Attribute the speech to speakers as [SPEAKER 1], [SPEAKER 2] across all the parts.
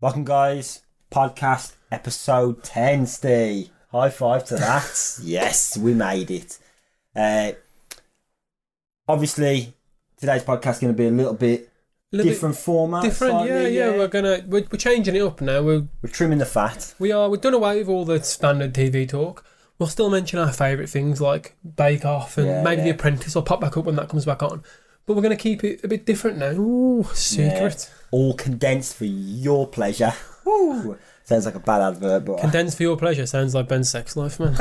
[SPEAKER 1] Welcome, guys. Podcast episode 10, Steve. High five to that. yes, we made it. Uh, obviously, today's podcast is going to be a little bit
[SPEAKER 2] A little bit
[SPEAKER 1] different format.
[SPEAKER 2] different.
[SPEAKER 1] slightly,
[SPEAKER 2] yeah, yeah, We're gonna we're, we're changing it up now. We're
[SPEAKER 1] We're trimming the fat.
[SPEAKER 2] we are we've done away with all the standard TV talk. We'll still mention our favourite things like Bake Off and
[SPEAKER 1] Yeah,
[SPEAKER 2] maybe The
[SPEAKER 1] yeah.
[SPEAKER 2] Apprentice will pop back up when that comes back on. But we're gonna keep it a bit different now. Ooh, secret.
[SPEAKER 1] uh, All condensed for your pleasure. Woo. Sounds like a bad advert, but
[SPEAKER 2] Condensed for your pleasure sounds like Ben's sex life, man.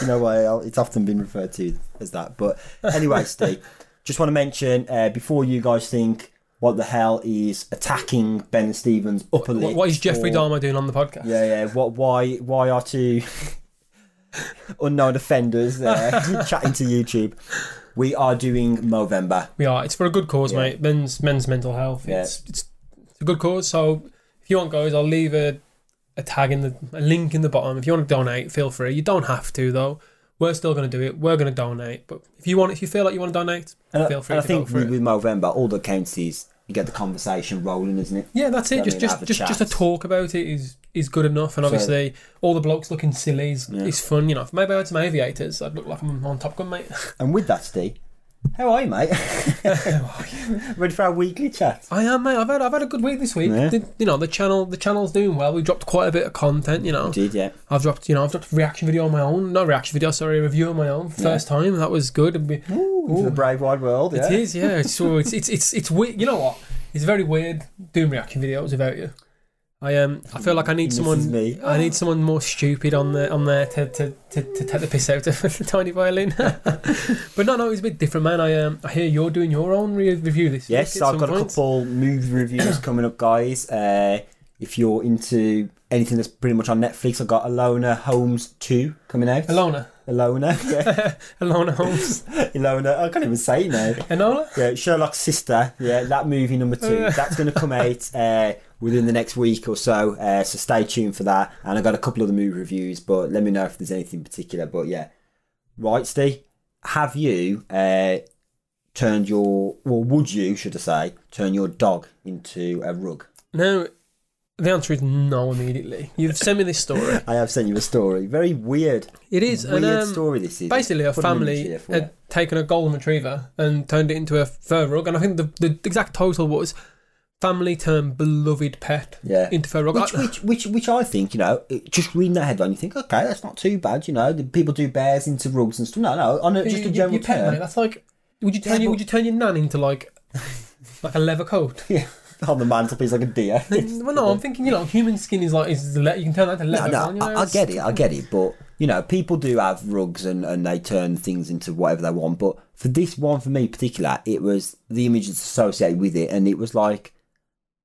[SPEAKER 1] you know why I'll- it's often been referred to as that. But anyway, Steve, just want to mention uh, before you guys think what the hell is attacking Ben Stevens' upper
[SPEAKER 2] what,
[SPEAKER 1] lip.
[SPEAKER 2] what is Jeffrey
[SPEAKER 1] or-
[SPEAKER 2] Dahmer doing on the podcast?
[SPEAKER 1] Yeah, yeah. What? Why? Why are two unknown offenders there chatting to YouTube? We are doing Movember.
[SPEAKER 2] We are. It's for a good cause,
[SPEAKER 1] Yeah.
[SPEAKER 2] mate. Men's men's mental health.
[SPEAKER 1] Yeah.
[SPEAKER 2] It's, it's it's a good cause. So if you want, guys, I'll leave a a tag in the a link in the bottom. If you want to donate, feel free. You don't have to though. We're still going to do it. We're going to donate. But if you want, if you feel like you want to donate,
[SPEAKER 1] And, I-
[SPEAKER 2] feel free
[SPEAKER 1] and
[SPEAKER 2] to
[SPEAKER 1] I think
[SPEAKER 2] go for
[SPEAKER 1] with,
[SPEAKER 2] it.
[SPEAKER 1] with Movember, all that counts is you get the conversation rolling, isn't it?
[SPEAKER 2] Yeah, that's
[SPEAKER 1] I
[SPEAKER 2] it. Just
[SPEAKER 1] mean, have a
[SPEAKER 2] just just, just a
[SPEAKER 1] chat.
[SPEAKER 2] talk about it is is good enough. And
[SPEAKER 1] So-
[SPEAKER 2] obviously, all the blokes looking silly is,
[SPEAKER 1] Yeah.
[SPEAKER 2] is fun. You know, if maybe I had some aviators, I'd look like I'm on Top Gun, mate.
[SPEAKER 1] And with that, Steve, how are you, mate? Ready for our weekly chat?
[SPEAKER 2] I am, mate. I've had I've had a good week this week.
[SPEAKER 1] Yeah.
[SPEAKER 2] The- you know, the channel the channel's doing well. We dropped quite a bit of content. You know,
[SPEAKER 1] Did yeah.
[SPEAKER 2] I've dropped, you know, I've dropped a reaction video on my own. Not reaction video, sorry, a review on my own. First time, that was good. And we-
[SPEAKER 1] Ooh, into the brave wide world. Yeah.
[SPEAKER 2] It is, yeah. It's, so it's it's it's it's weird. You know what? It's very weird doing reaction videos without you. I um, I feel like I need
[SPEAKER 1] misses
[SPEAKER 2] someone.
[SPEAKER 1] me.
[SPEAKER 2] I need someone more stupid on the on there to to, to, to take the piss out of the tiny violin. but no, no, it's a bit different, man. I um, I hear you're doing your own re- review this
[SPEAKER 1] Yes,
[SPEAKER 2] week. at
[SPEAKER 1] I've
[SPEAKER 2] some
[SPEAKER 1] got a
[SPEAKER 2] point.
[SPEAKER 1] couple movie reviews coming up, guys. Uh, if you're into anything that's pretty much on Netflix, I've got Alona Holmes 2 coming out.
[SPEAKER 2] Alona,
[SPEAKER 1] Alona, yeah.
[SPEAKER 2] Alona Holmes,
[SPEAKER 1] Ilona, I can't even say it now.
[SPEAKER 2] Enola.
[SPEAKER 1] Yeah, Sherlock's sister. Yeah, that movie number two. That's going to come out uh, within the next week or so. Uh, so stay tuned for that. And I got a couple of the movie reviews, but let me know if there's anything particular. But yeah, right, Steve. Have you uh, turned your, or would you, should I say, turn your dog into a rug?
[SPEAKER 2] Now, the answer is no. Immediately, you've sent me this story.
[SPEAKER 1] I have sent you a story. Very weird,
[SPEAKER 2] It is
[SPEAKER 1] weird
[SPEAKER 2] and, um,
[SPEAKER 1] story. This is
[SPEAKER 2] Basically, a
[SPEAKER 1] Put 'em in the
[SPEAKER 2] family
[SPEAKER 1] chair for you.
[SPEAKER 2] had taken a golden retriever and turned it into a fur rug, and I think the, the exact title was "Family Turned Beloved Pet
[SPEAKER 1] Yeah.
[SPEAKER 2] into Fur Rug."
[SPEAKER 1] Which,
[SPEAKER 2] I-
[SPEAKER 1] which, which, which I think, you know, it- just reading that headline, you think, okay, that's not too bad, you know. the People do bears into rugs and stuff. No, no, on a, just a
[SPEAKER 2] You-
[SPEAKER 1] general
[SPEAKER 2] you pet, mate,
[SPEAKER 1] term.
[SPEAKER 2] That's like, would you turn
[SPEAKER 1] Yeah,
[SPEAKER 2] your,
[SPEAKER 1] but-
[SPEAKER 2] would you turn your nan into like like a leather coat?
[SPEAKER 1] Yeah, on the mantelpiece like a deer.
[SPEAKER 2] well, no, I'm thinking you know, human skin is like is le- you can turn that to
[SPEAKER 1] no,
[SPEAKER 2] leather.
[SPEAKER 1] no,
[SPEAKER 2] can't you?
[SPEAKER 1] I, I get it, I get it, but you know, people do have rugs and, and they turn things into whatever they want. But for this one, for me in particular, it was the image that's associated with it, and it was like.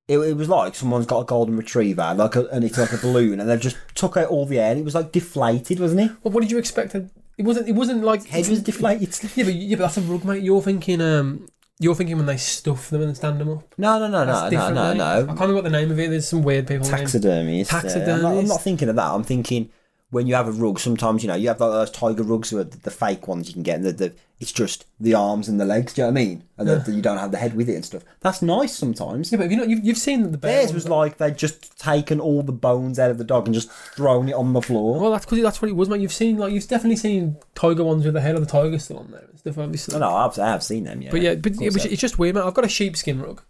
[SPEAKER 1] It, it was like someone's got a golden retriever, like, a, and it's like a balloon, and they just took out all the air, and it was like deflated, wasn't it?
[SPEAKER 2] Well, what did you expect? to- It wasn't. It wasn't like
[SPEAKER 1] Head was deflated.
[SPEAKER 2] Yeah, but yeah, but that's a rug, mate. You're thinking um, you're thinking when they stuff them and stand them up.
[SPEAKER 1] No, no, no, no,
[SPEAKER 2] That's
[SPEAKER 1] no,
[SPEAKER 2] different,
[SPEAKER 1] no,
[SPEAKER 2] mate. I
[SPEAKER 1] no.
[SPEAKER 2] can't remember what the name of it. There's some weird people. named-
[SPEAKER 1] Taxidermy. is, uh, I'm, not, I'm
[SPEAKER 2] Taxidermist.
[SPEAKER 1] not thinking of that. I'm thinking when you have a rug, sometimes you know you have like those tiger rugs, or the, the fake ones you can get, and the, the it's just the arms and the legs. Do you know what I mean? And the, you don't have the head with it and stuff. That's nice sometimes.
[SPEAKER 2] Yeah, but have you not, you've, you've seen the bear.
[SPEAKER 1] Theirs was like they'd just taken all the bones out of the dog and just thrown it on the floor.
[SPEAKER 2] well, that's because that's what it was, mate. You've seen like you've definitely seen tiger ones with the head of the tiger still on there and stuff, obviously.
[SPEAKER 1] No, no, I've, I have seen them. Yeah,
[SPEAKER 2] but yeah, but
[SPEAKER 1] Of
[SPEAKER 2] it
[SPEAKER 1] course I
[SPEAKER 2] was,
[SPEAKER 1] have.
[SPEAKER 2] it's just weird, mate. I've got a sheepskin rug,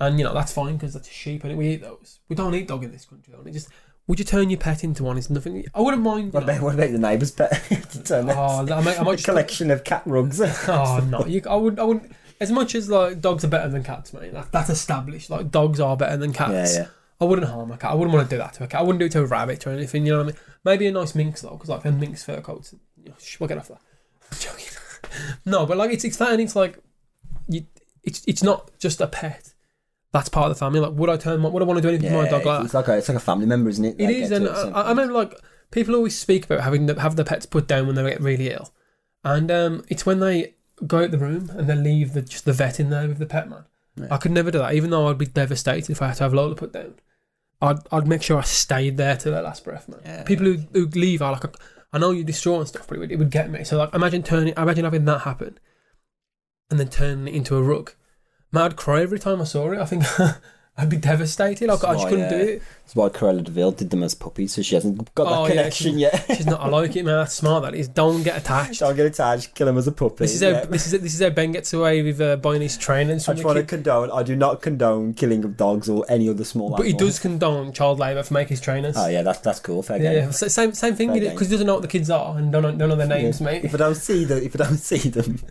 [SPEAKER 2] and you know that's fine because that's a sheep, and we eat those. We don't eat dog in this country, though. And it just would you turn your pet into one? It's nothing. I wouldn't mind.
[SPEAKER 1] What about, what about the neighbour's pet? to turn that-
[SPEAKER 2] oh, I might, I
[SPEAKER 1] a
[SPEAKER 2] might just put-
[SPEAKER 1] collection of cat rugs.
[SPEAKER 2] Oh no, you, I would, I would. As much as like dogs are better than cats, mate. That, that's established. Like dogs are better than cats.
[SPEAKER 1] Yeah, yeah.
[SPEAKER 2] I wouldn't harm a cat. I wouldn't want to do that to a cat. I wouldn't do it to a rabbit or anything. You know what I mean? Maybe a nice minx though, because like the minx fur coats. You know, shh, we'll get off that. I'm joking. no, but like it's it's that, and it's like, you, it's it's not just a pet. That's part of the family. Like, would I turn? my- Would I want to do anything
[SPEAKER 1] yeah,
[SPEAKER 2] to my dog? Like,
[SPEAKER 1] it's like a, it's like a family member, isn't it?
[SPEAKER 2] it
[SPEAKER 1] They
[SPEAKER 2] is,
[SPEAKER 1] get
[SPEAKER 2] and
[SPEAKER 1] to it
[SPEAKER 2] I, I remember like people always speak about having the, have the pets put down when they get really ill, and um, it's when they go out the room and they leave the just the vet in there with the pet man. I could never do that, even though I'd be devastated if I had to have Lola put down. I'd I'd make sure I stayed there till their last breath, man.
[SPEAKER 1] Yeah.
[SPEAKER 2] People who, who leave are like, I know you're distraught and stuff, but it would, it would get me. So like, imagine turning, imagine having that happen, and then turning it into a rug. Man, I'd cry every time I saw it. I think I'd be devastated. Like, I just
[SPEAKER 1] Why,
[SPEAKER 2] couldn't
[SPEAKER 1] uh,
[SPEAKER 2] do it.
[SPEAKER 1] That's why Cruella de Vil did them as puppies, so she hasn't got that
[SPEAKER 2] Oh, yeah,
[SPEAKER 1] connection yet.
[SPEAKER 2] She's not. I like it, man. That's smart. That is. Don't get attached.
[SPEAKER 1] Don't get attached, kill him as a puppy.
[SPEAKER 2] This is how
[SPEAKER 1] yeah.
[SPEAKER 2] this is this is how Ben gets away with uh, buying his training.
[SPEAKER 1] I
[SPEAKER 2] From
[SPEAKER 1] just
[SPEAKER 2] the
[SPEAKER 1] want to
[SPEAKER 2] kid.
[SPEAKER 1] condone. I do not condone killing of dogs or any other small
[SPEAKER 2] But he
[SPEAKER 1] animals.
[SPEAKER 2] does condone child labour for making his trainers.
[SPEAKER 1] Oh yeah, that's that's cool. Fair
[SPEAKER 2] yeah,
[SPEAKER 1] game.
[SPEAKER 2] so same same thing
[SPEAKER 1] Fair
[SPEAKER 2] because he doesn't know what the kids are and don't know, don't know their names,
[SPEAKER 1] Yeah.
[SPEAKER 2] mate.
[SPEAKER 1] If I don't see them, if I don't see them,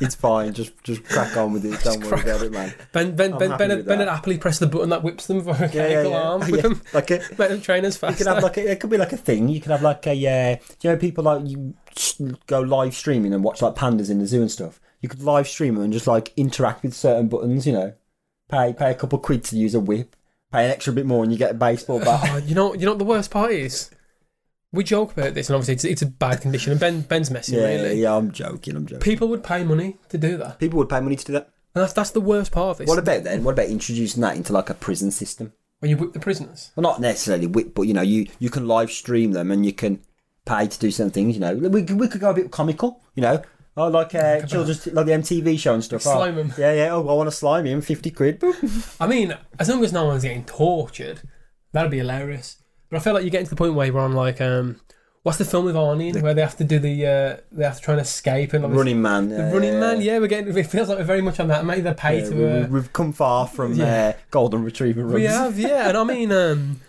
[SPEAKER 1] it's fine. Just just crack on with it. Don't worry
[SPEAKER 2] crack
[SPEAKER 1] about it, man.
[SPEAKER 2] Ben Ben
[SPEAKER 1] I'm
[SPEAKER 2] Ben
[SPEAKER 1] happy
[SPEAKER 2] Ben,
[SPEAKER 1] with
[SPEAKER 2] had- ben
[SPEAKER 1] that.
[SPEAKER 2] had happily pressed the button that whips them for a
[SPEAKER 1] Yeah, yeah,
[SPEAKER 2] mechanical
[SPEAKER 1] yeah.
[SPEAKER 2] arm.
[SPEAKER 1] Yeah, Like a,
[SPEAKER 2] Make them trainers
[SPEAKER 1] you
[SPEAKER 2] faster.
[SPEAKER 1] could have like a, it could be like a thing. You could have like a uh, do you know people like you s- go live streaming and watch like pandas in the zoo and stuff. You could live stream 'em and just like interact with certain buttons. You know, pay pay a couple quid to use a whip, pay an extra bit more, and you get a baseball bat.
[SPEAKER 2] Oh, you know, you know what the worst part is. We joke about this, and obviously it's, it's a bad condition. And Ben Ben's messy,
[SPEAKER 1] yeah,
[SPEAKER 2] really.
[SPEAKER 1] yeah, I'm joking. I'm joking.
[SPEAKER 2] People would pay money to do that,
[SPEAKER 1] People would pay money to do that.
[SPEAKER 2] and that's that's the worst part of this.
[SPEAKER 1] What about then? What about introducing that into like a prison system?
[SPEAKER 2] when you whip the prisoners?
[SPEAKER 1] well, not necessarily whip, but you know, you you can live stream them and you can pay to do certain things. You know, we could- we could go a bit comical. You know, oh like uh, children's like the MTV show and stuff. oh,
[SPEAKER 2] Slime 'em.
[SPEAKER 1] Yeah, yeah. Oh, I want to slime him. Fifty quid. Boop.
[SPEAKER 2] I mean, as long as no one's getting tortured, that'd be hilarious. But I feel like you're getting to the point where we're on like, um, what's the film with Arnie in where they have to do the uh, they have to try and escape and obviously-
[SPEAKER 1] Running man.
[SPEAKER 2] The
[SPEAKER 1] yeah,
[SPEAKER 2] running
[SPEAKER 1] yeah,
[SPEAKER 2] man,
[SPEAKER 1] yeah.
[SPEAKER 2] yeah, we're getting. It feels like we're very much on that. Maybe they're paid
[SPEAKER 1] Yeah,
[SPEAKER 2] to. Uh,
[SPEAKER 1] we, we've come far from
[SPEAKER 2] Yeah.
[SPEAKER 1] uh, golden retriever runs.
[SPEAKER 2] We have, yeah, and I mean, um,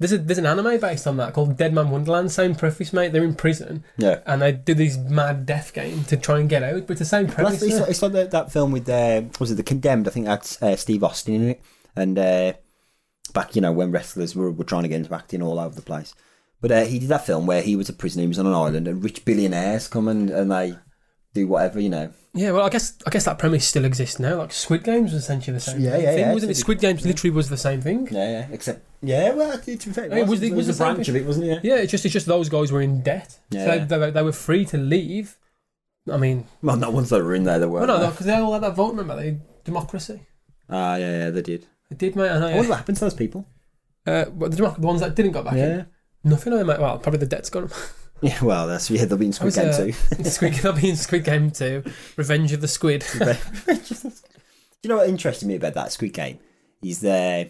[SPEAKER 2] there's a there's an anime based on that called Dead Man Wonderland. Same preface, mate. They're in prison
[SPEAKER 1] Yeah.
[SPEAKER 2] and they do this mad death game to try and get out, but it's the same
[SPEAKER 1] Well,
[SPEAKER 2] premise.
[SPEAKER 1] that's, it's,
[SPEAKER 2] isn't
[SPEAKER 1] like- it's like that, that film with uh, was it the condemned? I think that's uh, Steve Austin in it, and uh, back you know when wrestlers were, were trying to get into acting all over the place. But uh, he did that film where he was a prisoner, he was on an island, and rich billionaires come and, and they do whatever you know.
[SPEAKER 2] it? Yeah, well, I guess I guess that premise still exists now. Like Squid Games was essentially the same.
[SPEAKER 1] Yeah, yeah,
[SPEAKER 2] thing,
[SPEAKER 1] yeah,
[SPEAKER 2] Wasn't it?
[SPEAKER 1] it's-
[SPEAKER 2] Squid Games literally was the same thing. Yeah.
[SPEAKER 1] Yeah, yeah. Except yeah, well, to be fair,
[SPEAKER 2] Hey, was it- was
[SPEAKER 1] a
[SPEAKER 2] the same
[SPEAKER 1] branch
[SPEAKER 2] thing?
[SPEAKER 1] of it, wasn't it? Yeah.
[SPEAKER 2] it's just it's just those guys were in debt,
[SPEAKER 1] Yeah,
[SPEAKER 2] so
[SPEAKER 1] yeah.
[SPEAKER 2] They, they, they were free to leave. I mean,
[SPEAKER 1] Well, not ones that were in there, there were.
[SPEAKER 2] well, no, because they all had that vote. Remember, they democracy.
[SPEAKER 1] Ah, yeah, yeah, they did.
[SPEAKER 2] They did, mate. I know.
[SPEAKER 1] I wonder
[SPEAKER 2] Yeah.
[SPEAKER 1] what happened to those people.
[SPEAKER 2] Uh, but the, democ- the ones that didn't go back in,
[SPEAKER 1] Yeah.
[SPEAKER 2] nothing. I mate. Well, probably the debt's gone.
[SPEAKER 1] Yeah. Well, that's yeah. They'll be in
[SPEAKER 2] I
[SPEAKER 1] Squid
[SPEAKER 2] was,
[SPEAKER 1] Game
[SPEAKER 2] uh,
[SPEAKER 1] too.
[SPEAKER 2] Squid, that'll be in Squid Game 2. Revenge of the Squid.
[SPEAKER 1] Do you know what interested me about that Squid Game? Is there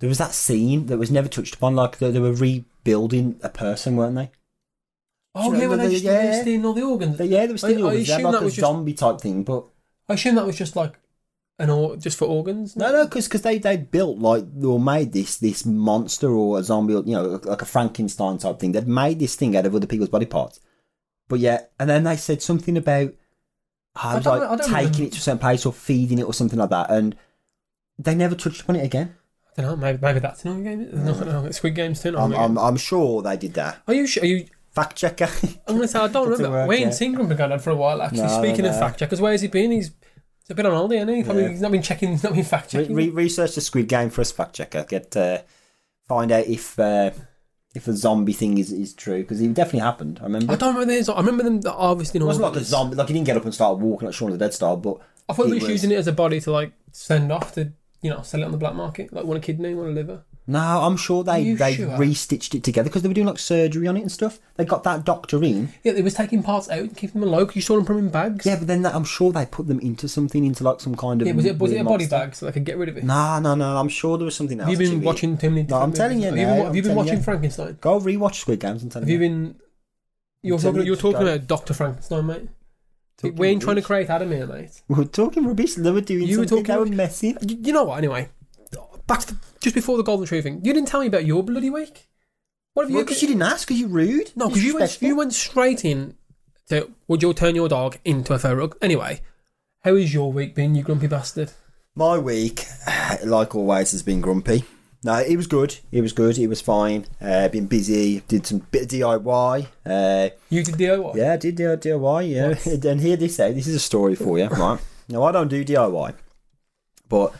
[SPEAKER 1] there was that scene that was never touched upon, like they, they were rebuilding a person, weren't they?
[SPEAKER 2] Oh,
[SPEAKER 1] Do you
[SPEAKER 2] yeah,
[SPEAKER 1] know
[SPEAKER 2] when they
[SPEAKER 1] the-
[SPEAKER 2] just
[SPEAKER 1] yeah.
[SPEAKER 2] they just stealing all the organs.
[SPEAKER 1] But yeah, there was still
[SPEAKER 2] I- I
[SPEAKER 1] always they had
[SPEAKER 2] assume
[SPEAKER 1] like
[SPEAKER 2] that
[SPEAKER 1] a
[SPEAKER 2] was just-
[SPEAKER 1] zombie type thing, but
[SPEAKER 2] I assume that was just like an or just for organs.
[SPEAKER 1] no, no, because they they built like or made this this monster or a zombie, or, you know, like a Frankenstein type thing. They'd made this thing out of other people's body parts, but yeah, and then they said something about I
[SPEAKER 2] I
[SPEAKER 1] was
[SPEAKER 2] don't know- I
[SPEAKER 1] like
[SPEAKER 2] don't
[SPEAKER 1] taking
[SPEAKER 2] remember.
[SPEAKER 1] it to a certain place or feeding it or something like that, and they never touched upon it again.
[SPEAKER 2] I don't know, maybe, maybe that's another game. No, no, no, Squid Game's 2.
[SPEAKER 1] I'm, I'm I'm sure they did that.
[SPEAKER 2] are you sure? Are you,
[SPEAKER 1] Fact checker.
[SPEAKER 2] I'm going to say, I don't
[SPEAKER 1] It's a
[SPEAKER 2] remember.
[SPEAKER 1] work,
[SPEAKER 2] Wayne
[SPEAKER 1] yeah.
[SPEAKER 2] Singram been going on for a while, actually.
[SPEAKER 1] No,
[SPEAKER 2] Speaking
[SPEAKER 1] no,
[SPEAKER 2] of
[SPEAKER 1] no.
[SPEAKER 2] fact checkers, where's he been? He's, he's been on holiday, hasn't he? Probably,
[SPEAKER 1] Yeah.
[SPEAKER 2] He's not been checking, he's not been fact
[SPEAKER 1] Re-
[SPEAKER 2] checking.
[SPEAKER 1] re- research the Squid Game for us, fact checker. Get uh, find out if uh, if the zombie thing is, is true because it definitely happened. I remember.
[SPEAKER 2] I don't remember these. I remember them harvesting
[SPEAKER 1] it
[SPEAKER 2] organs.
[SPEAKER 1] wasn't like a zombie. Like he didn't get up and start walking like Shaun of the Dead style, but
[SPEAKER 2] I thought
[SPEAKER 1] It
[SPEAKER 2] they were
[SPEAKER 1] was-
[SPEAKER 2] just using it as a body to like send off to, you know, sell it on the black market. Like one a kidney, one a liver.
[SPEAKER 1] no, I'm sure
[SPEAKER 2] Are
[SPEAKER 1] they
[SPEAKER 2] you
[SPEAKER 1] they
[SPEAKER 2] sure?
[SPEAKER 1] re-stitched it together because they were doing like surgery on it and stuff. They got that doctor in.
[SPEAKER 2] Yeah, they was taking parts out and keeping them alive 'cause you saw them put them in bags.
[SPEAKER 1] Yeah, but then that, I'm sure they put them into something into like some kind of.
[SPEAKER 2] Yeah, was it, was it
[SPEAKER 1] weird
[SPEAKER 2] a body
[SPEAKER 1] monster.
[SPEAKER 2] bag so they could get rid of it?
[SPEAKER 1] No, no, no. I'm sure there was something else.
[SPEAKER 2] have you been
[SPEAKER 1] to it.
[SPEAKER 2] watching too many
[SPEAKER 1] No, I'm
[SPEAKER 2] different
[SPEAKER 1] telling you
[SPEAKER 2] movies? Have
[SPEAKER 1] now,
[SPEAKER 2] been,
[SPEAKER 1] I'm
[SPEAKER 2] have you been
[SPEAKER 1] telling
[SPEAKER 2] watching
[SPEAKER 1] you.
[SPEAKER 2] Frankenstein?
[SPEAKER 1] Go rewatch Squid Games. I'm telling
[SPEAKER 2] Have you been... You're
[SPEAKER 1] telling
[SPEAKER 2] talking,
[SPEAKER 1] you,
[SPEAKER 2] you're talking
[SPEAKER 1] guys.
[SPEAKER 2] about Dr. Frankenstein, mate.
[SPEAKER 1] Talking
[SPEAKER 2] we ain't trying to
[SPEAKER 1] rubbish.
[SPEAKER 2] create Adam here, mate.
[SPEAKER 1] We were talking rubbish. They were doing
[SPEAKER 2] You were
[SPEAKER 1] something.
[SPEAKER 2] talking
[SPEAKER 1] they were
[SPEAKER 2] rubbish.
[SPEAKER 1] messing.
[SPEAKER 2] You, you know what, anyway? Back to the, just before the Golden Retriever thing, you didn't tell me about your bloody week. What have you...
[SPEAKER 1] Well, because you didn't ask, because you're rude.
[SPEAKER 2] no, because you went,
[SPEAKER 1] Disrespectful.
[SPEAKER 2] you went straight in to, would you turn your dog into a fur rug? Anyway, how has your week been, you grumpy bastard?
[SPEAKER 1] My week, like always, has been grumpy. No, it was good. It was good. It was fine. Uh, been busy. Did some bit of DIY. Uh,
[SPEAKER 2] You did DIY?
[SPEAKER 1] yeah, I did D- DIY. Yeah, and hear this out. This is a story for you, right? now I don't do DIY, but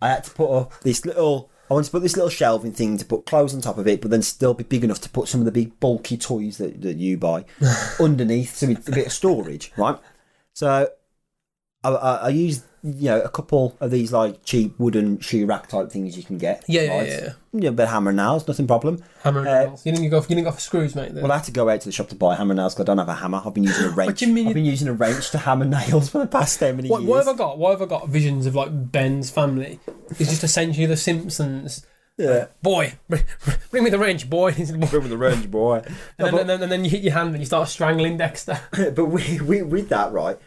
[SPEAKER 1] I had to put up this little. I wanted to put this little shelving thing to put clothes on top of it, but then still be big enough to put some of the big bulky toys that, that you buy underneath, so it's a bit of storage, right? So I, I, I used you know a couple of these like cheap wooden shoe rack type things you can get.
[SPEAKER 2] Yeah, yeah,
[SPEAKER 1] right?
[SPEAKER 2] yeah, yeah.
[SPEAKER 1] You know, but hammer and nails, nothing problem.
[SPEAKER 2] Hammer and
[SPEAKER 1] Uh,
[SPEAKER 2] nails. You didn't go. For, you didn't go for screws, mate. Then.
[SPEAKER 1] Well, I had to go out to the shop to buy hammer and nails because I don't have a hammer. I've been using a wrench.
[SPEAKER 2] do you mean?
[SPEAKER 1] I've been using a wrench to hammer nails for the past so many
[SPEAKER 2] what,
[SPEAKER 1] years.
[SPEAKER 2] what have I got? What have I got? Visions of like Ben's family. It's just essentially the Simpsons.
[SPEAKER 1] Yeah,
[SPEAKER 2] Boy, br- br- bring me the wrench, boy. and, then,
[SPEAKER 1] bring with the wrench, boy. No, but-
[SPEAKER 2] and, then, and then you hit your hand and you start strangling Dexter.
[SPEAKER 1] but we, we, with that, right,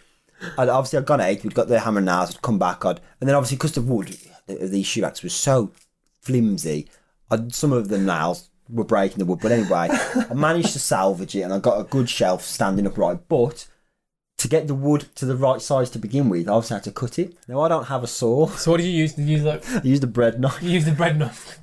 [SPEAKER 1] I'd obviously I'd gone out, we'd got the hammer and nails, I'd come back, I'd, and then obviously because the wood of these shoe racks was so flimsy, I'd, some of the nails were breaking the wood. But anyway, I managed to salvage it and I got a good shelf standing upright. But to get the wood to the right size to begin with, I obviously had to cut it. Now, I don't have a saw,
[SPEAKER 2] So what did you use? Did you use like
[SPEAKER 1] I used a bread knife.
[SPEAKER 2] you use the bread knife?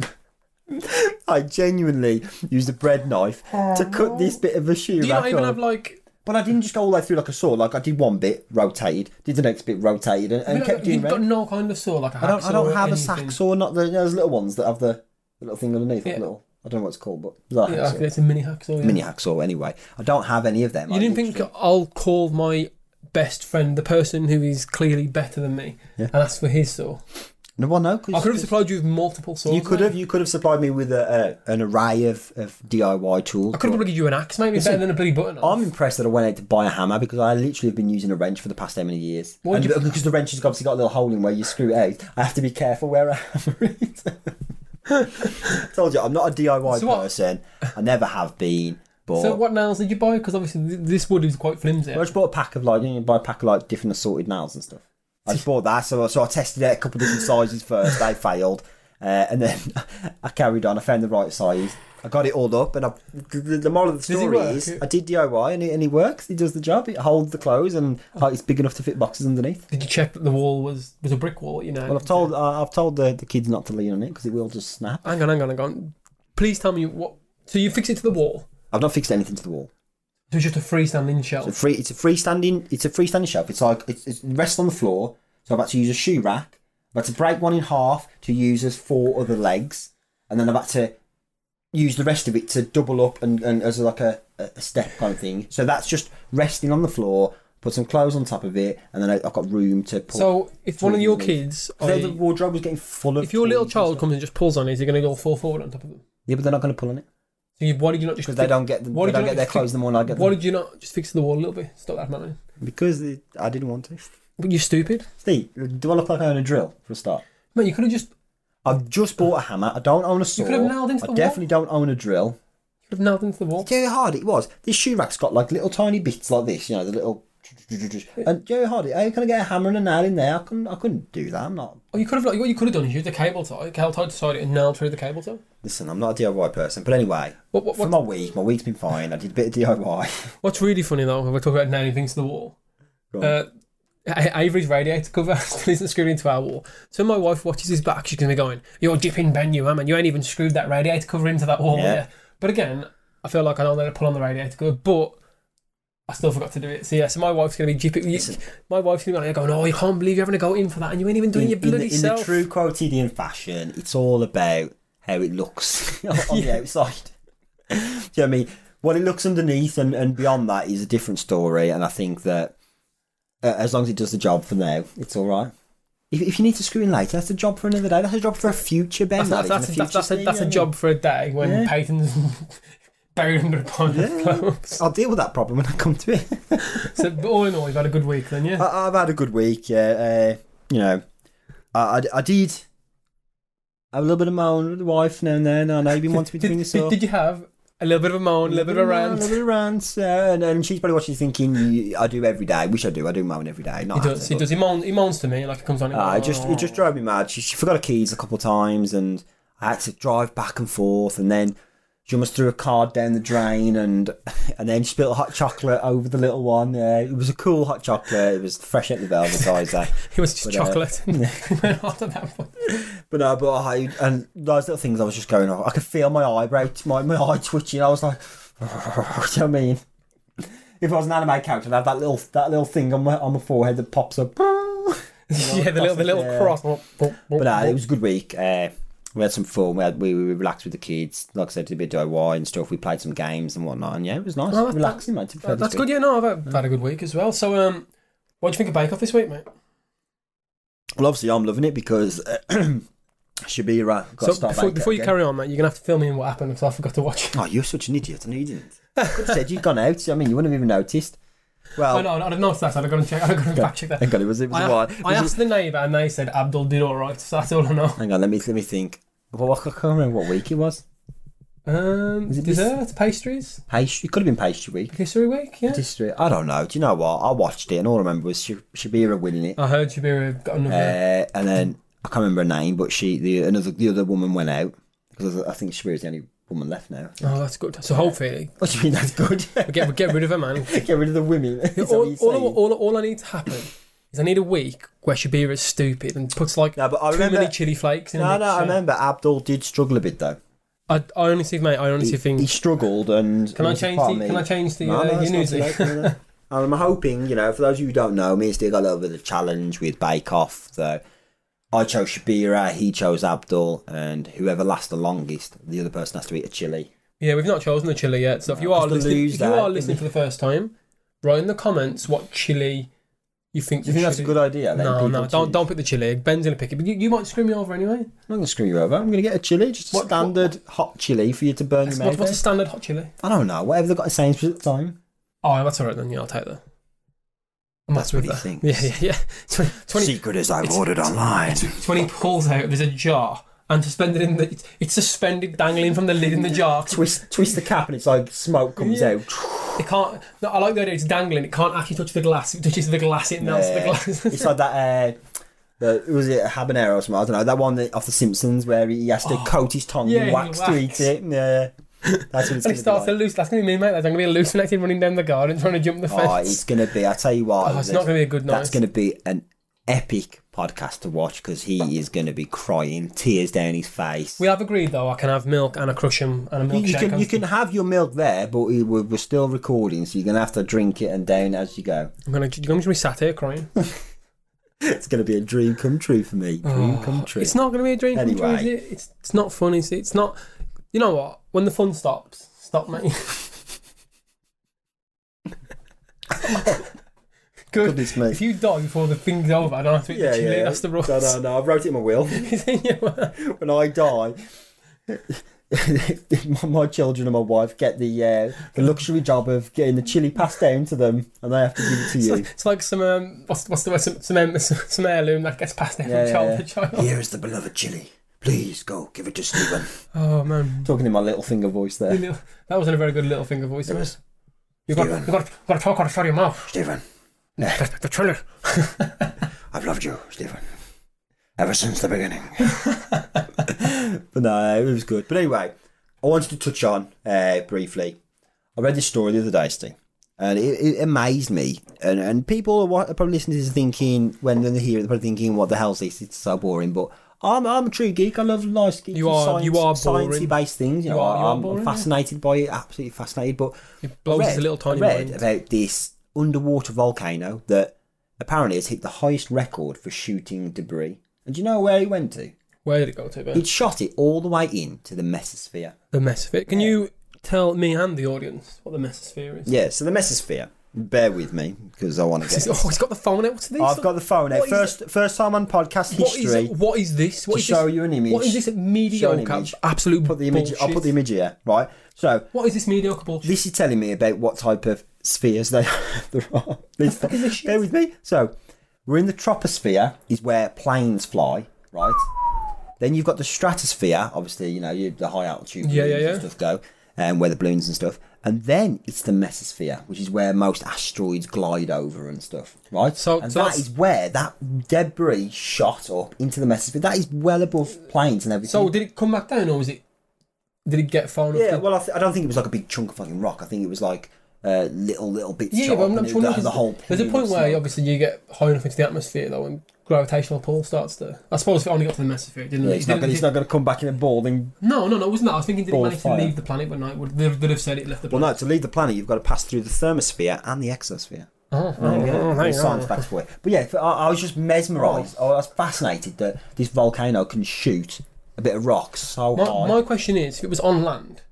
[SPEAKER 1] I genuinely used a bread knife to cut this bit of a shoe
[SPEAKER 2] Do you
[SPEAKER 1] rack
[SPEAKER 2] not even
[SPEAKER 1] on.
[SPEAKER 2] have like?
[SPEAKER 1] But I didn't just go all the way through like a saw. Like I did one bit, rotated, did the next bit, rotated, and, and
[SPEAKER 2] you
[SPEAKER 1] kept doing.
[SPEAKER 2] have got
[SPEAKER 1] round-
[SPEAKER 2] no kind of saw, like a hacksaw.
[SPEAKER 1] I don't. I don't
[SPEAKER 2] or
[SPEAKER 1] have a
[SPEAKER 2] anything.
[SPEAKER 1] sack saw. Not the you know, those little ones that have the, the little thing underneath.
[SPEAKER 2] Yeah.
[SPEAKER 1] The little. I don't know what it's called, but like
[SPEAKER 2] Yeah,
[SPEAKER 1] hacksaw.
[SPEAKER 2] like, it's a mini hacksaw. Yeah.
[SPEAKER 1] mini hacksaw. Anyway, I don't have any of them.
[SPEAKER 2] You
[SPEAKER 1] I
[SPEAKER 2] didn't
[SPEAKER 1] literally-
[SPEAKER 2] think I'll call my best friend, the person who is clearly better than me, and ask for his saw?
[SPEAKER 1] No, well, no.
[SPEAKER 2] I could have
[SPEAKER 1] Cause
[SPEAKER 2] supplied you with multiple saws.
[SPEAKER 1] you could
[SPEAKER 2] mate.
[SPEAKER 1] have. You could have supplied me with a, a, an array of, of DIY tools.
[SPEAKER 2] I could have probably given you an axe, maybe better than a bloody button.
[SPEAKER 1] I'm impressed that I went out to buy a hammer because I literally have been using a wrench for the past how many years.
[SPEAKER 2] Why'd
[SPEAKER 1] And
[SPEAKER 2] you-
[SPEAKER 1] because the wrench has obviously got a little hole in where you screw it out. I have to be careful where I hammer it. Told you, I'm not a DIY
[SPEAKER 2] So what-
[SPEAKER 1] person. I never have been. But
[SPEAKER 2] So what nails did you buy? Because obviously th- this wood is quite flimsy.
[SPEAKER 1] I just bought a pack of like, you know, you buy a pack of like different assorted nails and stuff. I just bought that, so, so I tested it a couple of different sizes first. They failed. Uh, and then I carried on. I found the right size. I got it all up, and I, the, the moral of the
[SPEAKER 2] it
[SPEAKER 1] story
[SPEAKER 2] work?
[SPEAKER 1] is I did DIY, and it, and it works. It does the job. It holds the clothes, and like, it's big enough to fit boxes underneath.
[SPEAKER 2] Did you check that the wall was was a brick wall? You know.
[SPEAKER 1] Well, I've told I I've told the, the kids not to lean on it because it will just snap.
[SPEAKER 2] Hang on, hang on, hang on. Please tell me what. So you fix it to the wall.
[SPEAKER 1] I've not fixed anything to the wall.
[SPEAKER 2] So it's just a freestanding shelf.
[SPEAKER 1] It's a free. It's a freestanding. It's a freestanding shelf. It's like it's, it's rests on the floor. So I've had to use a shoe rack. I've had to break one in half to use as four other legs, and then I've had to use the rest of it to double up and, and as like a, a step kind of thing. So that's just resting on the floor. Put some clothes on top of it, and then I, I've got room to pull.
[SPEAKER 2] so if one of your kids,
[SPEAKER 1] So the
[SPEAKER 2] i.e.,
[SPEAKER 1] wardrobe was getting full of.
[SPEAKER 2] if your
[SPEAKER 1] toys
[SPEAKER 2] little
[SPEAKER 1] and
[SPEAKER 2] child
[SPEAKER 1] stuff.
[SPEAKER 2] comes and just pulls on it, is he going to go full forward on top of them?
[SPEAKER 1] yeah, but they're not going to pull on it
[SPEAKER 2] So you, why did you not just?
[SPEAKER 1] because they
[SPEAKER 2] fix-
[SPEAKER 1] don't get them.
[SPEAKER 2] why
[SPEAKER 1] They
[SPEAKER 2] did
[SPEAKER 1] don't
[SPEAKER 2] you
[SPEAKER 1] get
[SPEAKER 2] not
[SPEAKER 1] their
[SPEAKER 2] just
[SPEAKER 1] clothes the more I get
[SPEAKER 2] Why
[SPEAKER 1] them.
[SPEAKER 2] did you not just fix the wall a little bit? Stop that man.
[SPEAKER 1] Because it, I didn't want to.
[SPEAKER 2] But you're stupid.
[SPEAKER 1] Steve, do I look like I own a drill for a start?
[SPEAKER 2] Mate, you could have just you
[SPEAKER 1] I've just bought a hammer. I don't own a saw.
[SPEAKER 2] could have nailed into
[SPEAKER 1] I
[SPEAKER 2] the wall.
[SPEAKER 1] definitely don't own a drill.
[SPEAKER 2] could have nailed into the wall.
[SPEAKER 1] Do you know how hard it was? This shoe rack's got like little tiny bits like this, you know, the little. And do you know how hard it? How can I get a hammer and a nail in there? I couldn't. I couldn't do that. I'm not.
[SPEAKER 2] Or you could have like what you could have done is used a cable tie, cable tie to side it and nailed through the cable tie.
[SPEAKER 1] Listen, I'm not a DIY person. But anyway,
[SPEAKER 2] What, what,
[SPEAKER 1] for
[SPEAKER 2] what,
[SPEAKER 1] my week, my week's been fine. I did a bit of DIY.
[SPEAKER 2] what's really funny though, when we're talking about nailing things to the wall,
[SPEAKER 1] Go on.
[SPEAKER 2] uh, A- Avery's radiator cover still isn't screwed into our wall. So when my wife watches his back, she's going to be going, You're dipping Ben, you man. You ain't even screwed that radiator cover into that wall.
[SPEAKER 1] Yeah.
[SPEAKER 2] Yeah. But again, I feel like I don't know how to pull on the radiator cover, but. I still forgot to do it. So yeah, so my wife's gonna be jipping. you- My wife's gonna be like going, "Oh, you can't believe you're having to go in for that, and you ain't even doing
[SPEAKER 1] in,
[SPEAKER 2] your
[SPEAKER 1] in the,
[SPEAKER 2] bloody
[SPEAKER 1] in the
[SPEAKER 2] self."
[SPEAKER 1] true quotidian fashion, it's all about how it looks on the outside. Do you know what I mean? What it looks underneath and, and beyond that is a different story, and I think that uh, as long as it does the job for now, it's all right. If, if you need to screw in later, that's a job for another day. That's a job for a future Ben. that
[SPEAKER 2] That's, that's,
[SPEAKER 1] is,
[SPEAKER 2] that's,
[SPEAKER 1] and
[SPEAKER 2] that's, that's,
[SPEAKER 1] future
[SPEAKER 2] a, that's a
[SPEAKER 1] Steve,
[SPEAKER 2] job for a day when
[SPEAKER 1] Yeah.
[SPEAKER 2] Peyton's buried under a pond of clothes.
[SPEAKER 1] I mean? I'll deal with that problem when I come to it.
[SPEAKER 2] So, but all in all, you've had a good week then, yeah?
[SPEAKER 1] I, I've had a good week. Yeah, uh, you know, I, I, I did have a little bit of my own wife now and then. I know you've been wanting me to
[SPEAKER 2] Did,
[SPEAKER 1] bring
[SPEAKER 2] did,
[SPEAKER 1] this up.
[SPEAKER 2] did you have a little bit of a moan, a little bit of a
[SPEAKER 1] A little
[SPEAKER 2] rant?
[SPEAKER 1] bit of a rant. Yeah, and, and she's probably watching thinking, "You- I do every day. Which I do. I do moan every day. Not
[SPEAKER 2] He does, he does. Oh. He moans, he moans to me, like he comes on. he
[SPEAKER 1] Uh, it
[SPEAKER 2] goes,
[SPEAKER 1] just it just drove me mad. She, she forgot her keys a couple of times, and I had to drive back and forth. And then she almost threw a card down the drain, and and then she spilled hot chocolate over the little one. Yeah, it was a cool hot chocolate. It was fresh out the velvetizer.
[SPEAKER 2] He was just
[SPEAKER 1] But, uh,
[SPEAKER 2] chocolate. went after that one.
[SPEAKER 1] But no, but I and those little things I was just going off. I could feel my eyebrow, my my eye twitching. I was like, do you know what I mean? If I was an anime character, I'd have that little that little thing on my on my forehead that pops up. but
[SPEAKER 2] yeah, the little, the little
[SPEAKER 1] yeah.
[SPEAKER 2] cross.
[SPEAKER 1] no, it was a good week. Uh, we had some fun. We, had, we we relaxed with the kids. Like I said, did a bit of DIY and stuff. We played some games and whatnot. And yeah, it was nice,
[SPEAKER 2] Oh, that's-
[SPEAKER 1] relaxing, mate. to be fair,
[SPEAKER 2] That's
[SPEAKER 1] this
[SPEAKER 2] good, yeah, no, I've had, I've had a good week as well. So, um, what do you think of Bake Off this week, mate?
[SPEAKER 1] Well, obviously, I'm loving it because Shabira got
[SPEAKER 2] So
[SPEAKER 1] to start
[SPEAKER 2] before,
[SPEAKER 1] back
[SPEAKER 2] before you
[SPEAKER 1] again.
[SPEAKER 2] carry on, mate, you're gonna have to fill me in what happened because I forgot to watch. it.
[SPEAKER 1] Oh, you're such an idiot. I know you didn't. I could have said you'd gone out. I mean, you wouldn't have even noticed. Well,
[SPEAKER 2] I know, I'd have noticed that. I'd have gone and check. I'd have gone and fact check that.
[SPEAKER 1] hang on, it was, it was
[SPEAKER 2] I,
[SPEAKER 1] a while.
[SPEAKER 2] I
[SPEAKER 1] Was it-
[SPEAKER 2] asked the neighbour and they said Abdul did all right. So that's all I know.
[SPEAKER 1] Hang on, let me let me think. Well, I can't remember what week it was.
[SPEAKER 2] Um,
[SPEAKER 1] Is it this-
[SPEAKER 2] dessert, pastries,
[SPEAKER 1] Pastry, it could have been pastry week.
[SPEAKER 2] pastry week. Yeah.
[SPEAKER 1] Pastry, I don't know. Do you know what? I watched it and all I remember was Sh- Shabira winning it,
[SPEAKER 2] I heard Shabira got another.
[SPEAKER 1] uh, and then I can't remember her name, but she the another the other woman went out because I think Shabira's the only woman left now.
[SPEAKER 2] oh, that's good. So hopefully,
[SPEAKER 1] What do you mean that's good?
[SPEAKER 2] we get we get rid of her, man.
[SPEAKER 1] get rid of the women. Is that what
[SPEAKER 2] all,
[SPEAKER 1] you're
[SPEAKER 2] all, I-
[SPEAKER 1] saying?
[SPEAKER 2] all, all I need to happen is I need a week where Shabira is stupid and puts like
[SPEAKER 1] No, but I
[SPEAKER 2] too
[SPEAKER 1] remember-
[SPEAKER 2] many chili flakes in a
[SPEAKER 1] no, no, I
[SPEAKER 2] mixture.
[SPEAKER 1] remember Abdul did struggle a bit though.
[SPEAKER 2] I, I honestly, mate, I honestly think.
[SPEAKER 1] He struggled and.
[SPEAKER 2] Can I
[SPEAKER 1] and
[SPEAKER 2] change
[SPEAKER 1] pardon
[SPEAKER 2] the-
[SPEAKER 1] me.
[SPEAKER 2] can I change the,
[SPEAKER 1] No,
[SPEAKER 2] uh,
[SPEAKER 1] no,
[SPEAKER 2] your
[SPEAKER 1] it's not
[SPEAKER 2] news
[SPEAKER 1] too
[SPEAKER 2] link?
[SPEAKER 1] late, no, no. I'm hoping, you know, for those of you who don't know, me and Steve got a little bit of a challenge with Bake Off. So I chose Shabira, he chose Abdul, and whoever lasts the longest, the other person has to eat a chili.
[SPEAKER 2] Yeah, we've not chosen the chili yet. So if you
[SPEAKER 1] No,
[SPEAKER 2] are
[SPEAKER 1] just to
[SPEAKER 2] listening,
[SPEAKER 1] lose
[SPEAKER 2] if you
[SPEAKER 1] that,
[SPEAKER 2] are
[SPEAKER 1] then
[SPEAKER 2] listening
[SPEAKER 1] you-
[SPEAKER 2] for the first time, write in the comments what chili you think.
[SPEAKER 1] Do you think that's a good idea? letting
[SPEAKER 2] No,
[SPEAKER 1] people
[SPEAKER 2] no, don't
[SPEAKER 1] choose?
[SPEAKER 2] don't pick the chili. Ben's gonna pick it, but you, you might screw me over anyway.
[SPEAKER 1] I'm not going to screw you over. I'm going to get a chili, just a
[SPEAKER 2] What-
[SPEAKER 1] standard hot chili for you to burn your
[SPEAKER 2] What,
[SPEAKER 1] mouth.
[SPEAKER 2] what's a
[SPEAKER 1] with.
[SPEAKER 2] standard hot chili?
[SPEAKER 1] I don't know. Whatever they've got to say at the time.
[SPEAKER 2] Oh, that's all right then. Yeah, I'll take that. I'm
[SPEAKER 1] That's
[SPEAKER 2] happy
[SPEAKER 1] what
[SPEAKER 2] with
[SPEAKER 1] he
[SPEAKER 2] that.
[SPEAKER 1] thinks.
[SPEAKER 2] Yeah, yeah, yeah. Twenty, 20,
[SPEAKER 1] Secret is I've ordered online.
[SPEAKER 2] it's when he pulls out, there's a jar and suspended in the. It's suspended, dangling from the lid in the jar.
[SPEAKER 1] twist, twist the cap, and it's like smoke comes
[SPEAKER 2] Yeah.
[SPEAKER 1] out.
[SPEAKER 2] It can't. No, I like the idea. It's dangling. It can't actually touch the glass. If It touches the glass. It melts the
[SPEAKER 1] Yeah.
[SPEAKER 2] glass.
[SPEAKER 1] Eh, it's like that. Uh, the, was it a habanero or something? I don't know. That one that, off The Simpsons where he has to coat his tongue
[SPEAKER 2] Oh, Yeah,
[SPEAKER 1] in
[SPEAKER 2] in
[SPEAKER 1] wax, to eat
[SPEAKER 2] wax.
[SPEAKER 1] it. Yeah, that's what it's
[SPEAKER 2] And
[SPEAKER 1] going
[SPEAKER 2] it
[SPEAKER 1] to be.
[SPEAKER 2] starts to
[SPEAKER 1] Like.
[SPEAKER 2] loose. That's gonna be me, mate. That's gonna be hallucinating running down the garden trying to jump the
[SPEAKER 1] Oh,
[SPEAKER 2] fence.
[SPEAKER 1] it's going to be. I tell you what,
[SPEAKER 2] Oh, it's not gonna be a good night.
[SPEAKER 1] that's going to be an epic podcast to watch because he is going to be crying, tears down his face.
[SPEAKER 2] We have agreed though. I can have milk and a crush'em and a
[SPEAKER 1] You-
[SPEAKER 2] milkshake.
[SPEAKER 1] you can
[SPEAKER 2] and-
[SPEAKER 1] you can have your milk there, but we- we're, we're still recording, so you're going to have to drink it and down as you go.
[SPEAKER 2] I'm gonna. You're gonna be sat here crying.
[SPEAKER 1] It's going to be a dream come true for me. Dream come true.
[SPEAKER 2] Oh, It's not going to be a dream come true, is
[SPEAKER 1] Anyway.
[SPEAKER 2] it? It's, it's not fun, is it? It's not. You know what? When the fun stops, stop, mate. Good.
[SPEAKER 1] Goodness me.
[SPEAKER 2] If you die before the thing's over, I don't have to eat the chili. That's the rules.
[SPEAKER 1] No, no, no. I've wrote it in my will. when I die, my, my children and my wife get the uh, the luxury job of getting the chili passed down to them, and they have to give it to
[SPEAKER 2] It's
[SPEAKER 1] you.
[SPEAKER 2] like, it's like some um, what's, what's the word? Some some, um, some heirloom that gets passed down
[SPEAKER 1] Yeah,
[SPEAKER 2] from child
[SPEAKER 1] yeah,
[SPEAKER 2] to child.
[SPEAKER 1] Here is the beloved chili. Please go give it to Stephen.
[SPEAKER 2] Oh man,
[SPEAKER 1] Talking in my little finger voice there.
[SPEAKER 2] that wasn't a very good little finger voice.
[SPEAKER 1] It
[SPEAKER 2] was
[SPEAKER 1] was,
[SPEAKER 2] it? You got
[SPEAKER 1] Stephen.
[SPEAKER 2] you got got to talk out of your mouth.
[SPEAKER 1] Stephen,
[SPEAKER 2] The, the thriller.
[SPEAKER 1] I've loved you, Stephen, ever since the beginning. but no, it was good. But anyway, I wanted to touch on uh, briefly. I read this story the other day, Steve, and it, it amazed me. And and people are, wa- are probably listening to this thinking when they hear it, they're probably thinking, "What the hell's this? It's so boring." But I'm I'm a true geek. I love nice geeky
[SPEAKER 2] You are-
[SPEAKER 1] science,
[SPEAKER 2] you are boring.
[SPEAKER 1] sciencey based things. You,
[SPEAKER 2] You
[SPEAKER 1] know,
[SPEAKER 2] are- you are
[SPEAKER 1] I'm,
[SPEAKER 2] boring,
[SPEAKER 1] I'm
[SPEAKER 2] yeah.
[SPEAKER 1] fascinated by it. Absolutely fascinated. But
[SPEAKER 2] It blows
[SPEAKER 1] I
[SPEAKER 2] his little tiny
[SPEAKER 1] I read
[SPEAKER 2] mind.
[SPEAKER 1] about this underwater volcano that apparently has hit the highest record for shooting debris. And do you know where he went to?
[SPEAKER 2] Where did it go to? Ben?
[SPEAKER 1] He'd shot it all the way into the mesosphere.
[SPEAKER 2] The mesosphere. Can you tell me and the audience what the mesosphere is?
[SPEAKER 1] Yeah, so the mesosphere. Bear with me because I want to get.
[SPEAKER 2] This is- oh, he's got the phone out. What's this?
[SPEAKER 1] I've got the phone out.
[SPEAKER 2] What is
[SPEAKER 1] First, first time on podcast
[SPEAKER 2] What
[SPEAKER 1] history.
[SPEAKER 2] is, what is this? What
[SPEAKER 1] to
[SPEAKER 2] is
[SPEAKER 1] show
[SPEAKER 2] this?
[SPEAKER 1] you an image.
[SPEAKER 2] What is this mediocre,
[SPEAKER 1] image.
[SPEAKER 2] absolute
[SPEAKER 1] Put the image. I'll put the image here. Right. So
[SPEAKER 2] What is this mediocre bullshit?
[SPEAKER 1] this is telling me about what type of spheres they there are. This-
[SPEAKER 2] fuck is this shit?
[SPEAKER 1] Bear with me. So, we're in the troposphere, is where planes fly, right? Then you've got the stratosphere, obviously, you know, you, the high altitude
[SPEAKER 2] Yeah, yeah,
[SPEAKER 1] balloons and
[SPEAKER 2] yeah.
[SPEAKER 1] stuff go, and where the balloons and stuff. And then it's the mesosphere, which is where most asteroids glide over and stuff, right?
[SPEAKER 2] So-
[SPEAKER 1] and
[SPEAKER 2] so
[SPEAKER 1] that
[SPEAKER 2] that's-
[SPEAKER 1] is where that debris shot up into the mesosphere. That is well above planes and everything.
[SPEAKER 2] so did it come back down or was it? Did it get thrown?
[SPEAKER 1] Yeah,
[SPEAKER 2] up
[SPEAKER 1] well, I, th- I don't think it was like a big chunk of fucking rock. I think it was like uh, little little bits.
[SPEAKER 2] the, yeah,
[SPEAKER 1] shot
[SPEAKER 2] but
[SPEAKER 1] up and
[SPEAKER 2] I'm not
[SPEAKER 1] it
[SPEAKER 2] sure.
[SPEAKER 1] was,
[SPEAKER 2] enough
[SPEAKER 1] the
[SPEAKER 2] is-
[SPEAKER 1] whole.
[SPEAKER 2] there's a
[SPEAKER 1] pool
[SPEAKER 2] point
[SPEAKER 1] of
[SPEAKER 2] where
[SPEAKER 1] smoke.
[SPEAKER 2] obviously you get high enough into the atmosphere though, and gravitational pull starts to. I suppose if it only got to the mesosphere, it didn't.
[SPEAKER 1] Yeah,
[SPEAKER 2] it
[SPEAKER 1] he's not
[SPEAKER 2] didn't-
[SPEAKER 1] gonna, he's not going to come back in a ball. And
[SPEAKER 2] no, no, no. It wasn't that. I was thinking did it
[SPEAKER 1] Ball
[SPEAKER 2] manage to
[SPEAKER 1] fire.
[SPEAKER 2] leave the planet, but no, it would. They'd they'd have said it left the
[SPEAKER 1] well,
[SPEAKER 2] planet.
[SPEAKER 1] no, to leave the planet, you've got to pass through the thermosphere and the exosphere.
[SPEAKER 2] Oh,
[SPEAKER 1] There you
[SPEAKER 2] oh,
[SPEAKER 1] go.
[SPEAKER 2] oh,
[SPEAKER 1] Little
[SPEAKER 2] hang on. Oh.
[SPEAKER 1] science facts for you. But yeah, I, I was just mesmerised. I was fascinated that this volcano can shoot a bit of rock so
[SPEAKER 2] My,
[SPEAKER 1] high.
[SPEAKER 2] my question is, if it was on land,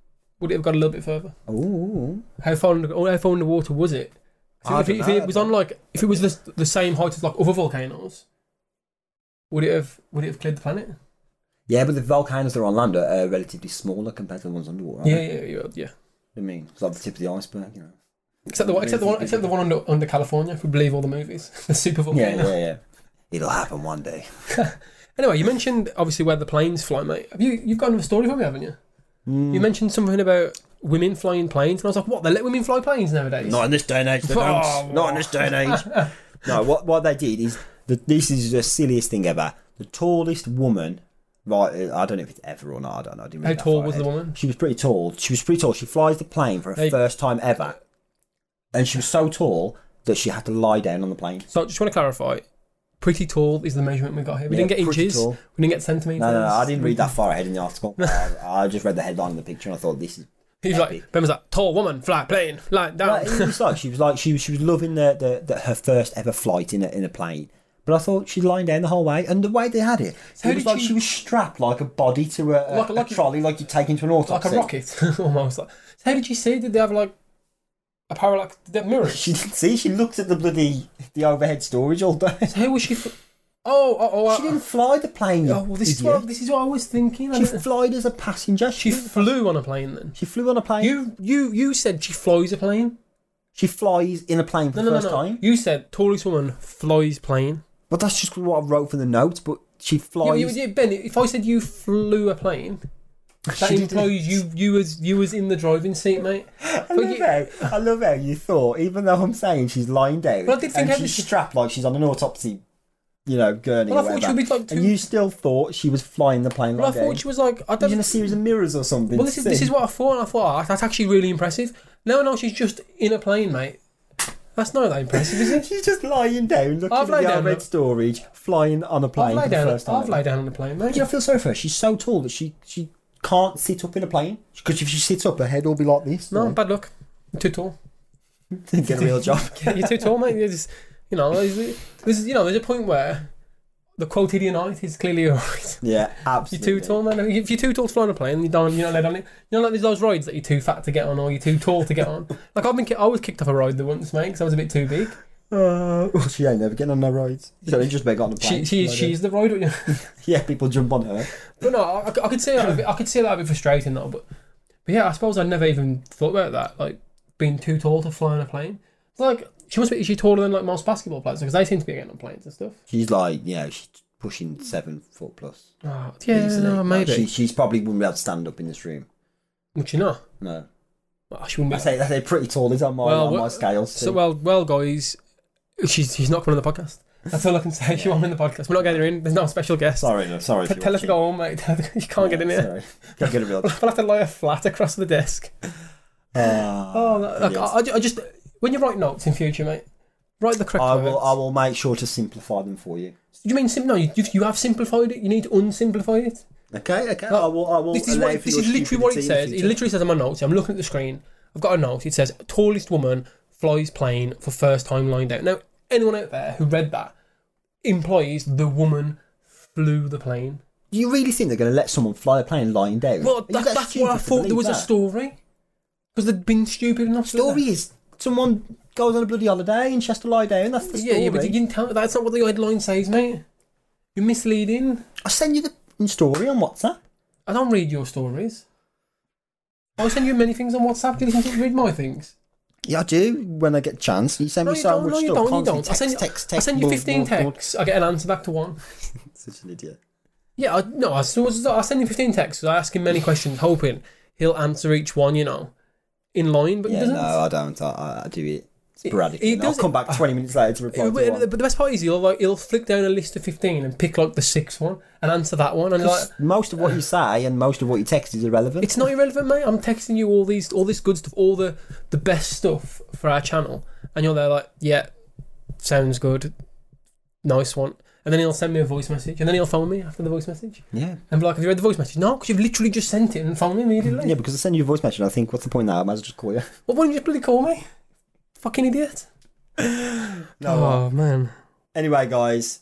[SPEAKER 2] would it have got a little bit further?
[SPEAKER 1] Ooh.
[SPEAKER 2] How far under, or how far underwater was it?
[SPEAKER 1] I
[SPEAKER 2] if, it,
[SPEAKER 1] don't
[SPEAKER 2] if it
[SPEAKER 1] know.
[SPEAKER 2] was on like, if it was the, the same height as like other volcanoes, would it have would it have cleared the planet?
[SPEAKER 1] Yeah, but the volcanoes that are on land are uh, relatively smaller compared to the ones underwater. aren't
[SPEAKER 2] Yeah,
[SPEAKER 1] they?
[SPEAKER 2] yeah, yeah, yeah.
[SPEAKER 1] I mean, it's like the tip of the iceberg, you know.
[SPEAKER 2] Except the one, except the one, except the one under, under California. If we believe all the movies, the super
[SPEAKER 1] Yeah,
[SPEAKER 2] volcano.
[SPEAKER 1] yeah, yeah. It'll happen one day.
[SPEAKER 2] Anyway, you mentioned obviously where the planes fly, mate. Have you you've got another story for me, haven't you?
[SPEAKER 1] Mm.
[SPEAKER 2] You mentioned something about women flying planes, and I was like, what? They let women fly planes nowadays?
[SPEAKER 1] in this day and age, they
[SPEAKER 2] Oh.
[SPEAKER 1] Not in this day and age. no, what what they did is the, this is the silliest thing ever. The tallest woman, right? uh, I don't know if it's ever or not. I don't know. I didn't
[SPEAKER 2] How
[SPEAKER 1] read that
[SPEAKER 2] tall
[SPEAKER 1] far
[SPEAKER 2] was the
[SPEAKER 1] ahead.
[SPEAKER 2] woman?
[SPEAKER 1] She was pretty tall. She was pretty tall. She flies the plane for her
[SPEAKER 2] They-
[SPEAKER 1] first time ever, and she was so tall that she had to lie down on the plane.
[SPEAKER 2] So I just want to clarify. Pretty tall is the measurement we got here. We
[SPEAKER 1] Yeah,
[SPEAKER 2] didn't get
[SPEAKER 1] pretty
[SPEAKER 2] inches.
[SPEAKER 1] tall.
[SPEAKER 2] We didn't get centimeters.
[SPEAKER 1] No, no, no, I didn't read that far ahead in the article. I, I just read the headline in the picture and I thought this is.
[SPEAKER 2] He was like, Ben was like, tall woman, fly plane, lie
[SPEAKER 1] Like,
[SPEAKER 2] down.
[SPEAKER 1] it was like she was like she was, she was loving the, the, the her first ever flight in a, in a plane. But I thought she'd lying down the whole way, and the way they had it,
[SPEAKER 2] So
[SPEAKER 1] it was
[SPEAKER 2] did
[SPEAKER 1] like
[SPEAKER 2] you-
[SPEAKER 1] she was strapped like a body to a, a,
[SPEAKER 2] Like-
[SPEAKER 1] a
[SPEAKER 2] like a-
[SPEAKER 1] trolley, like you take into an
[SPEAKER 2] like
[SPEAKER 1] autopsy.
[SPEAKER 2] a rocket, almost. Like, so how did you see? Did they have like a parallax did they have mirrors?
[SPEAKER 1] She didn't see. She looked at the bloody the overhead storage all day.
[SPEAKER 2] So How was she? F- oh, oh, oh! I-
[SPEAKER 1] She didn't fly the plane.
[SPEAKER 2] oh, well, this is
[SPEAKER 1] idiot.
[SPEAKER 2] what this is what I was thinking. I
[SPEAKER 1] she
[SPEAKER 2] don't-
[SPEAKER 1] flied as a passenger. She
[SPEAKER 2] she flew on a plane then.
[SPEAKER 1] she flew on a plane.
[SPEAKER 2] You you you said she flies a plane.
[SPEAKER 1] She flies in a plane for
[SPEAKER 2] No,
[SPEAKER 1] the
[SPEAKER 2] no, no,
[SPEAKER 1] first
[SPEAKER 2] no.
[SPEAKER 1] time.
[SPEAKER 2] You said tallest woman flies plane.
[SPEAKER 1] But that's just what I wrote for the notes. But she
[SPEAKER 2] Yeah,
[SPEAKER 1] flies.
[SPEAKER 2] you, you, ben, if I said you flew a plane, that
[SPEAKER 1] She didn't-
[SPEAKER 2] implies you you was you was in the driving seat, mate.
[SPEAKER 1] I love, how, I love how you thought, even though I'm saying she's lying down
[SPEAKER 2] Well, I did think
[SPEAKER 1] and
[SPEAKER 2] how
[SPEAKER 1] she's
[SPEAKER 2] did she-
[SPEAKER 1] strapped like she's on an autopsy, you know, gurney
[SPEAKER 2] Well, I
[SPEAKER 1] or
[SPEAKER 2] thought she
[SPEAKER 1] whatever.
[SPEAKER 2] would be, like,
[SPEAKER 1] And
[SPEAKER 2] too-
[SPEAKER 1] you still thought she was flying the plane
[SPEAKER 2] But I
[SPEAKER 1] like
[SPEAKER 2] thought she was like I don't.
[SPEAKER 1] in a series of mirrors or something.
[SPEAKER 2] Well, this is
[SPEAKER 1] See?
[SPEAKER 2] this is what I thought, and I thought oh, that's actually really impressive. No, no, she's just in a plane, mate. That's not that impressive, is it?
[SPEAKER 1] She's just lying down, looking
[SPEAKER 2] I've
[SPEAKER 1] at
[SPEAKER 2] laid
[SPEAKER 1] the
[SPEAKER 2] down,
[SPEAKER 1] overhead
[SPEAKER 2] look.
[SPEAKER 1] storage, flying on a
[SPEAKER 2] I've
[SPEAKER 1] plane for
[SPEAKER 2] laid
[SPEAKER 1] the
[SPEAKER 2] down.
[SPEAKER 1] first time.
[SPEAKER 2] I've laid down on a plane, mate.
[SPEAKER 1] Do you know, I feel sorry for her. She's so tall that she she can't sit up in a plane because if she sits up, her head will be like this.
[SPEAKER 2] No,
[SPEAKER 1] like,
[SPEAKER 2] bad luck. You're too tall.
[SPEAKER 1] to get a real job.
[SPEAKER 2] You're too tall, mate. You're just, you know, there's, there's, you know, there's a point where the quoted unite is clearly alright.
[SPEAKER 1] yeah,
[SPEAKER 2] You're
[SPEAKER 1] absolutely.
[SPEAKER 2] too tall, man. If you're too tall to fly on a plane, you don't, you're not allowed on it. You know, like there's those rides that you're too fat to get on, or you're too tall to get on. Like I've been, ki- I was kicked off a ride the once, mate, because I was a bit too big.
[SPEAKER 1] Uh, well, she ain't never getting on no rides. So they just make on a plane.
[SPEAKER 2] She, she,
[SPEAKER 1] Like,
[SPEAKER 2] she's the ride.
[SPEAKER 1] yeah, people jump on her.
[SPEAKER 2] But no, I, I could see that. A bit, I could see that a bit frustrating though. But but yeah, I suppose I never even thought about that. Like being too tall to fly on a plane. It's like she must be. Is she taller than like most basketball players? Because they seem to be getting on planes and stuff.
[SPEAKER 1] She's like, you know, she's pushing seven foot plus.
[SPEAKER 2] Oh, yeah,
[SPEAKER 1] easily.
[SPEAKER 2] no,
[SPEAKER 1] Like,
[SPEAKER 2] maybe.
[SPEAKER 1] she, she's probably wouldn't be able to stand up in this room.
[SPEAKER 2] Would she not?
[SPEAKER 1] No.
[SPEAKER 2] Well, she wouldn't
[SPEAKER 1] I
[SPEAKER 2] be.
[SPEAKER 1] say, I say pretty tall is on my,
[SPEAKER 2] Well,
[SPEAKER 1] on
[SPEAKER 2] what-
[SPEAKER 1] my scales.
[SPEAKER 2] So
[SPEAKER 1] So
[SPEAKER 2] well, well, guys, she's she's not coming on the podcast. That's all I can say. She won't be on the podcast. We're not getting her in. There's no special guest.
[SPEAKER 1] sorry, no, sorry.
[SPEAKER 2] T-
[SPEAKER 1] if you're
[SPEAKER 2] tell her to
[SPEAKER 1] watching.
[SPEAKER 2] go home, mate. you can't get in
[SPEAKER 1] Yeah,
[SPEAKER 2] here.
[SPEAKER 1] Sorry. Can't get a real.
[SPEAKER 2] I'll have to lie her flat across the desk.
[SPEAKER 1] oh,
[SPEAKER 2] Oh, like, I, I ju- I just when you write notes in future, mate, write the correct
[SPEAKER 1] I
[SPEAKER 2] words.
[SPEAKER 1] will. I will make sure to simplify them for you.
[SPEAKER 2] You mean sim- no? You, you have simplified it. You need to unsimplify it.
[SPEAKER 1] Okay. Okay. I will. I will.
[SPEAKER 2] Oh, This is
[SPEAKER 1] allow
[SPEAKER 2] what
[SPEAKER 1] for
[SPEAKER 2] this
[SPEAKER 1] your
[SPEAKER 2] is literally what it
[SPEAKER 1] stupidity in
[SPEAKER 2] says.
[SPEAKER 1] the
[SPEAKER 2] It
[SPEAKER 1] future.
[SPEAKER 2] literally says on my notes. I'm looking at the screen. I've got a note. It says tallest woman flies plane for first time lying down. Now anyone out there who read that implies the woman flew the plane.
[SPEAKER 1] Do you really think they're going to let someone fly a plane lying down?
[SPEAKER 2] Well,
[SPEAKER 1] Are you
[SPEAKER 2] that,
[SPEAKER 1] that
[SPEAKER 2] that's
[SPEAKER 1] stupid
[SPEAKER 2] what I
[SPEAKER 1] to
[SPEAKER 2] thought there
[SPEAKER 1] believe
[SPEAKER 2] was a
[SPEAKER 1] that?
[SPEAKER 2] story because they'd been stupid enough. to do that.
[SPEAKER 1] Story is someone goes on a bloody holiday and she has to lie down. That's the
[SPEAKER 2] Yeah,
[SPEAKER 1] story.
[SPEAKER 2] yeah, but you didn't tell. That's not what the headline says, mate. You're misleading.
[SPEAKER 1] I send you the story on WhatsApp.
[SPEAKER 2] I don't read your stories. I send you many things on WhatsApp. Do you think you read my things?
[SPEAKER 1] Yeah, I do when I get a chance. You send
[SPEAKER 2] No,
[SPEAKER 1] me
[SPEAKER 2] you
[SPEAKER 1] so
[SPEAKER 2] don't.
[SPEAKER 1] much
[SPEAKER 2] No, you
[SPEAKER 1] stuff.
[SPEAKER 2] don't. You
[SPEAKER 1] constantly.
[SPEAKER 2] don't. I send you,
[SPEAKER 1] text, text,
[SPEAKER 2] I
[SPEAKER 1] text,
[SPEAKER 2] send you
[SPEAKER 1] blah,
[SPEAKER 2] 15
[SPEAKER 1] blah, blah.
[SPEAKER 2] texts. I get an answer back to one.
[SPEAKER 1] Such an idiot.
[SPEAKER 2] Yeah, I, no, I, so I send you 15 texts. I ask him many questions, hoping he'll answer each one, you know, in line, but he
[SPEAKER 1] Yeah,
[SPEAKER 2] doesn't.
[SPEAKER 1] no, I don't. I- I, I do it sporadically.
[SPEAKER 2] He- he
[SPEAKER 1] and
[SPEAKER 2] does
[SPEAKER 1] I'll
[SPEAKER 2] it-
[SPEAKER 1] come back 20 minutes later to reply to
[SPEAKER 2] But
[SPEAKER 1] one.
[SPEAKER 2] but the best part is he'll like he'll flick down a list of fifteen and pick like the sixth one and answer that one and like
[SPEAKER 1] Most of what you say and most of what you text is irrelevant.
[SPEAKER 2] It's not irrelevant, mate. I'm texting you all these, all this good stuff, all the the best stuff for our channel, and you're there like, yeah, sounds good, nice one. And then he'll send me a voice message, and then he'll phone me after the voice message,
[SPEAKER 1] yeah.
[SPEAKER 2] and be like, "Have you read the voice message?" No, because you've literally just sent it and phoned me immediately.
[SPEAKER 1] Mm, Yeah, because I send you a voice message and I think, what's the point now? I might as well just call you.
[SPEAKER 2] Well, why don't you just bloody call me? Fucking idiot. oh man.
[SPEAKER 1] Anyway, guys,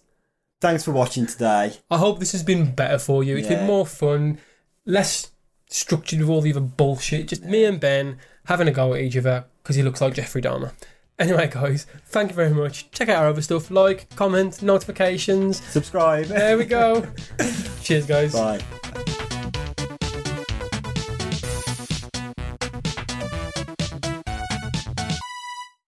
[SPEAKER 1] thanks for watching today.
[SPEAKER 2] I hope this has been better for you. It's
[SPEAKER 1] Yeah.
[SPEAKER 2] been more fun, less structured with all the other bullshit. Just me and Ben having a go at each other because he looks like Jeffrey Dahmer. Anyway, guys, thank you very much. Check out our other stuff like, comment, notifications.
[SPEAKER 1] Subscribe.
[SPEAKER 2] There we go. Cheers, guys.
[SPEAKER 1] Bye.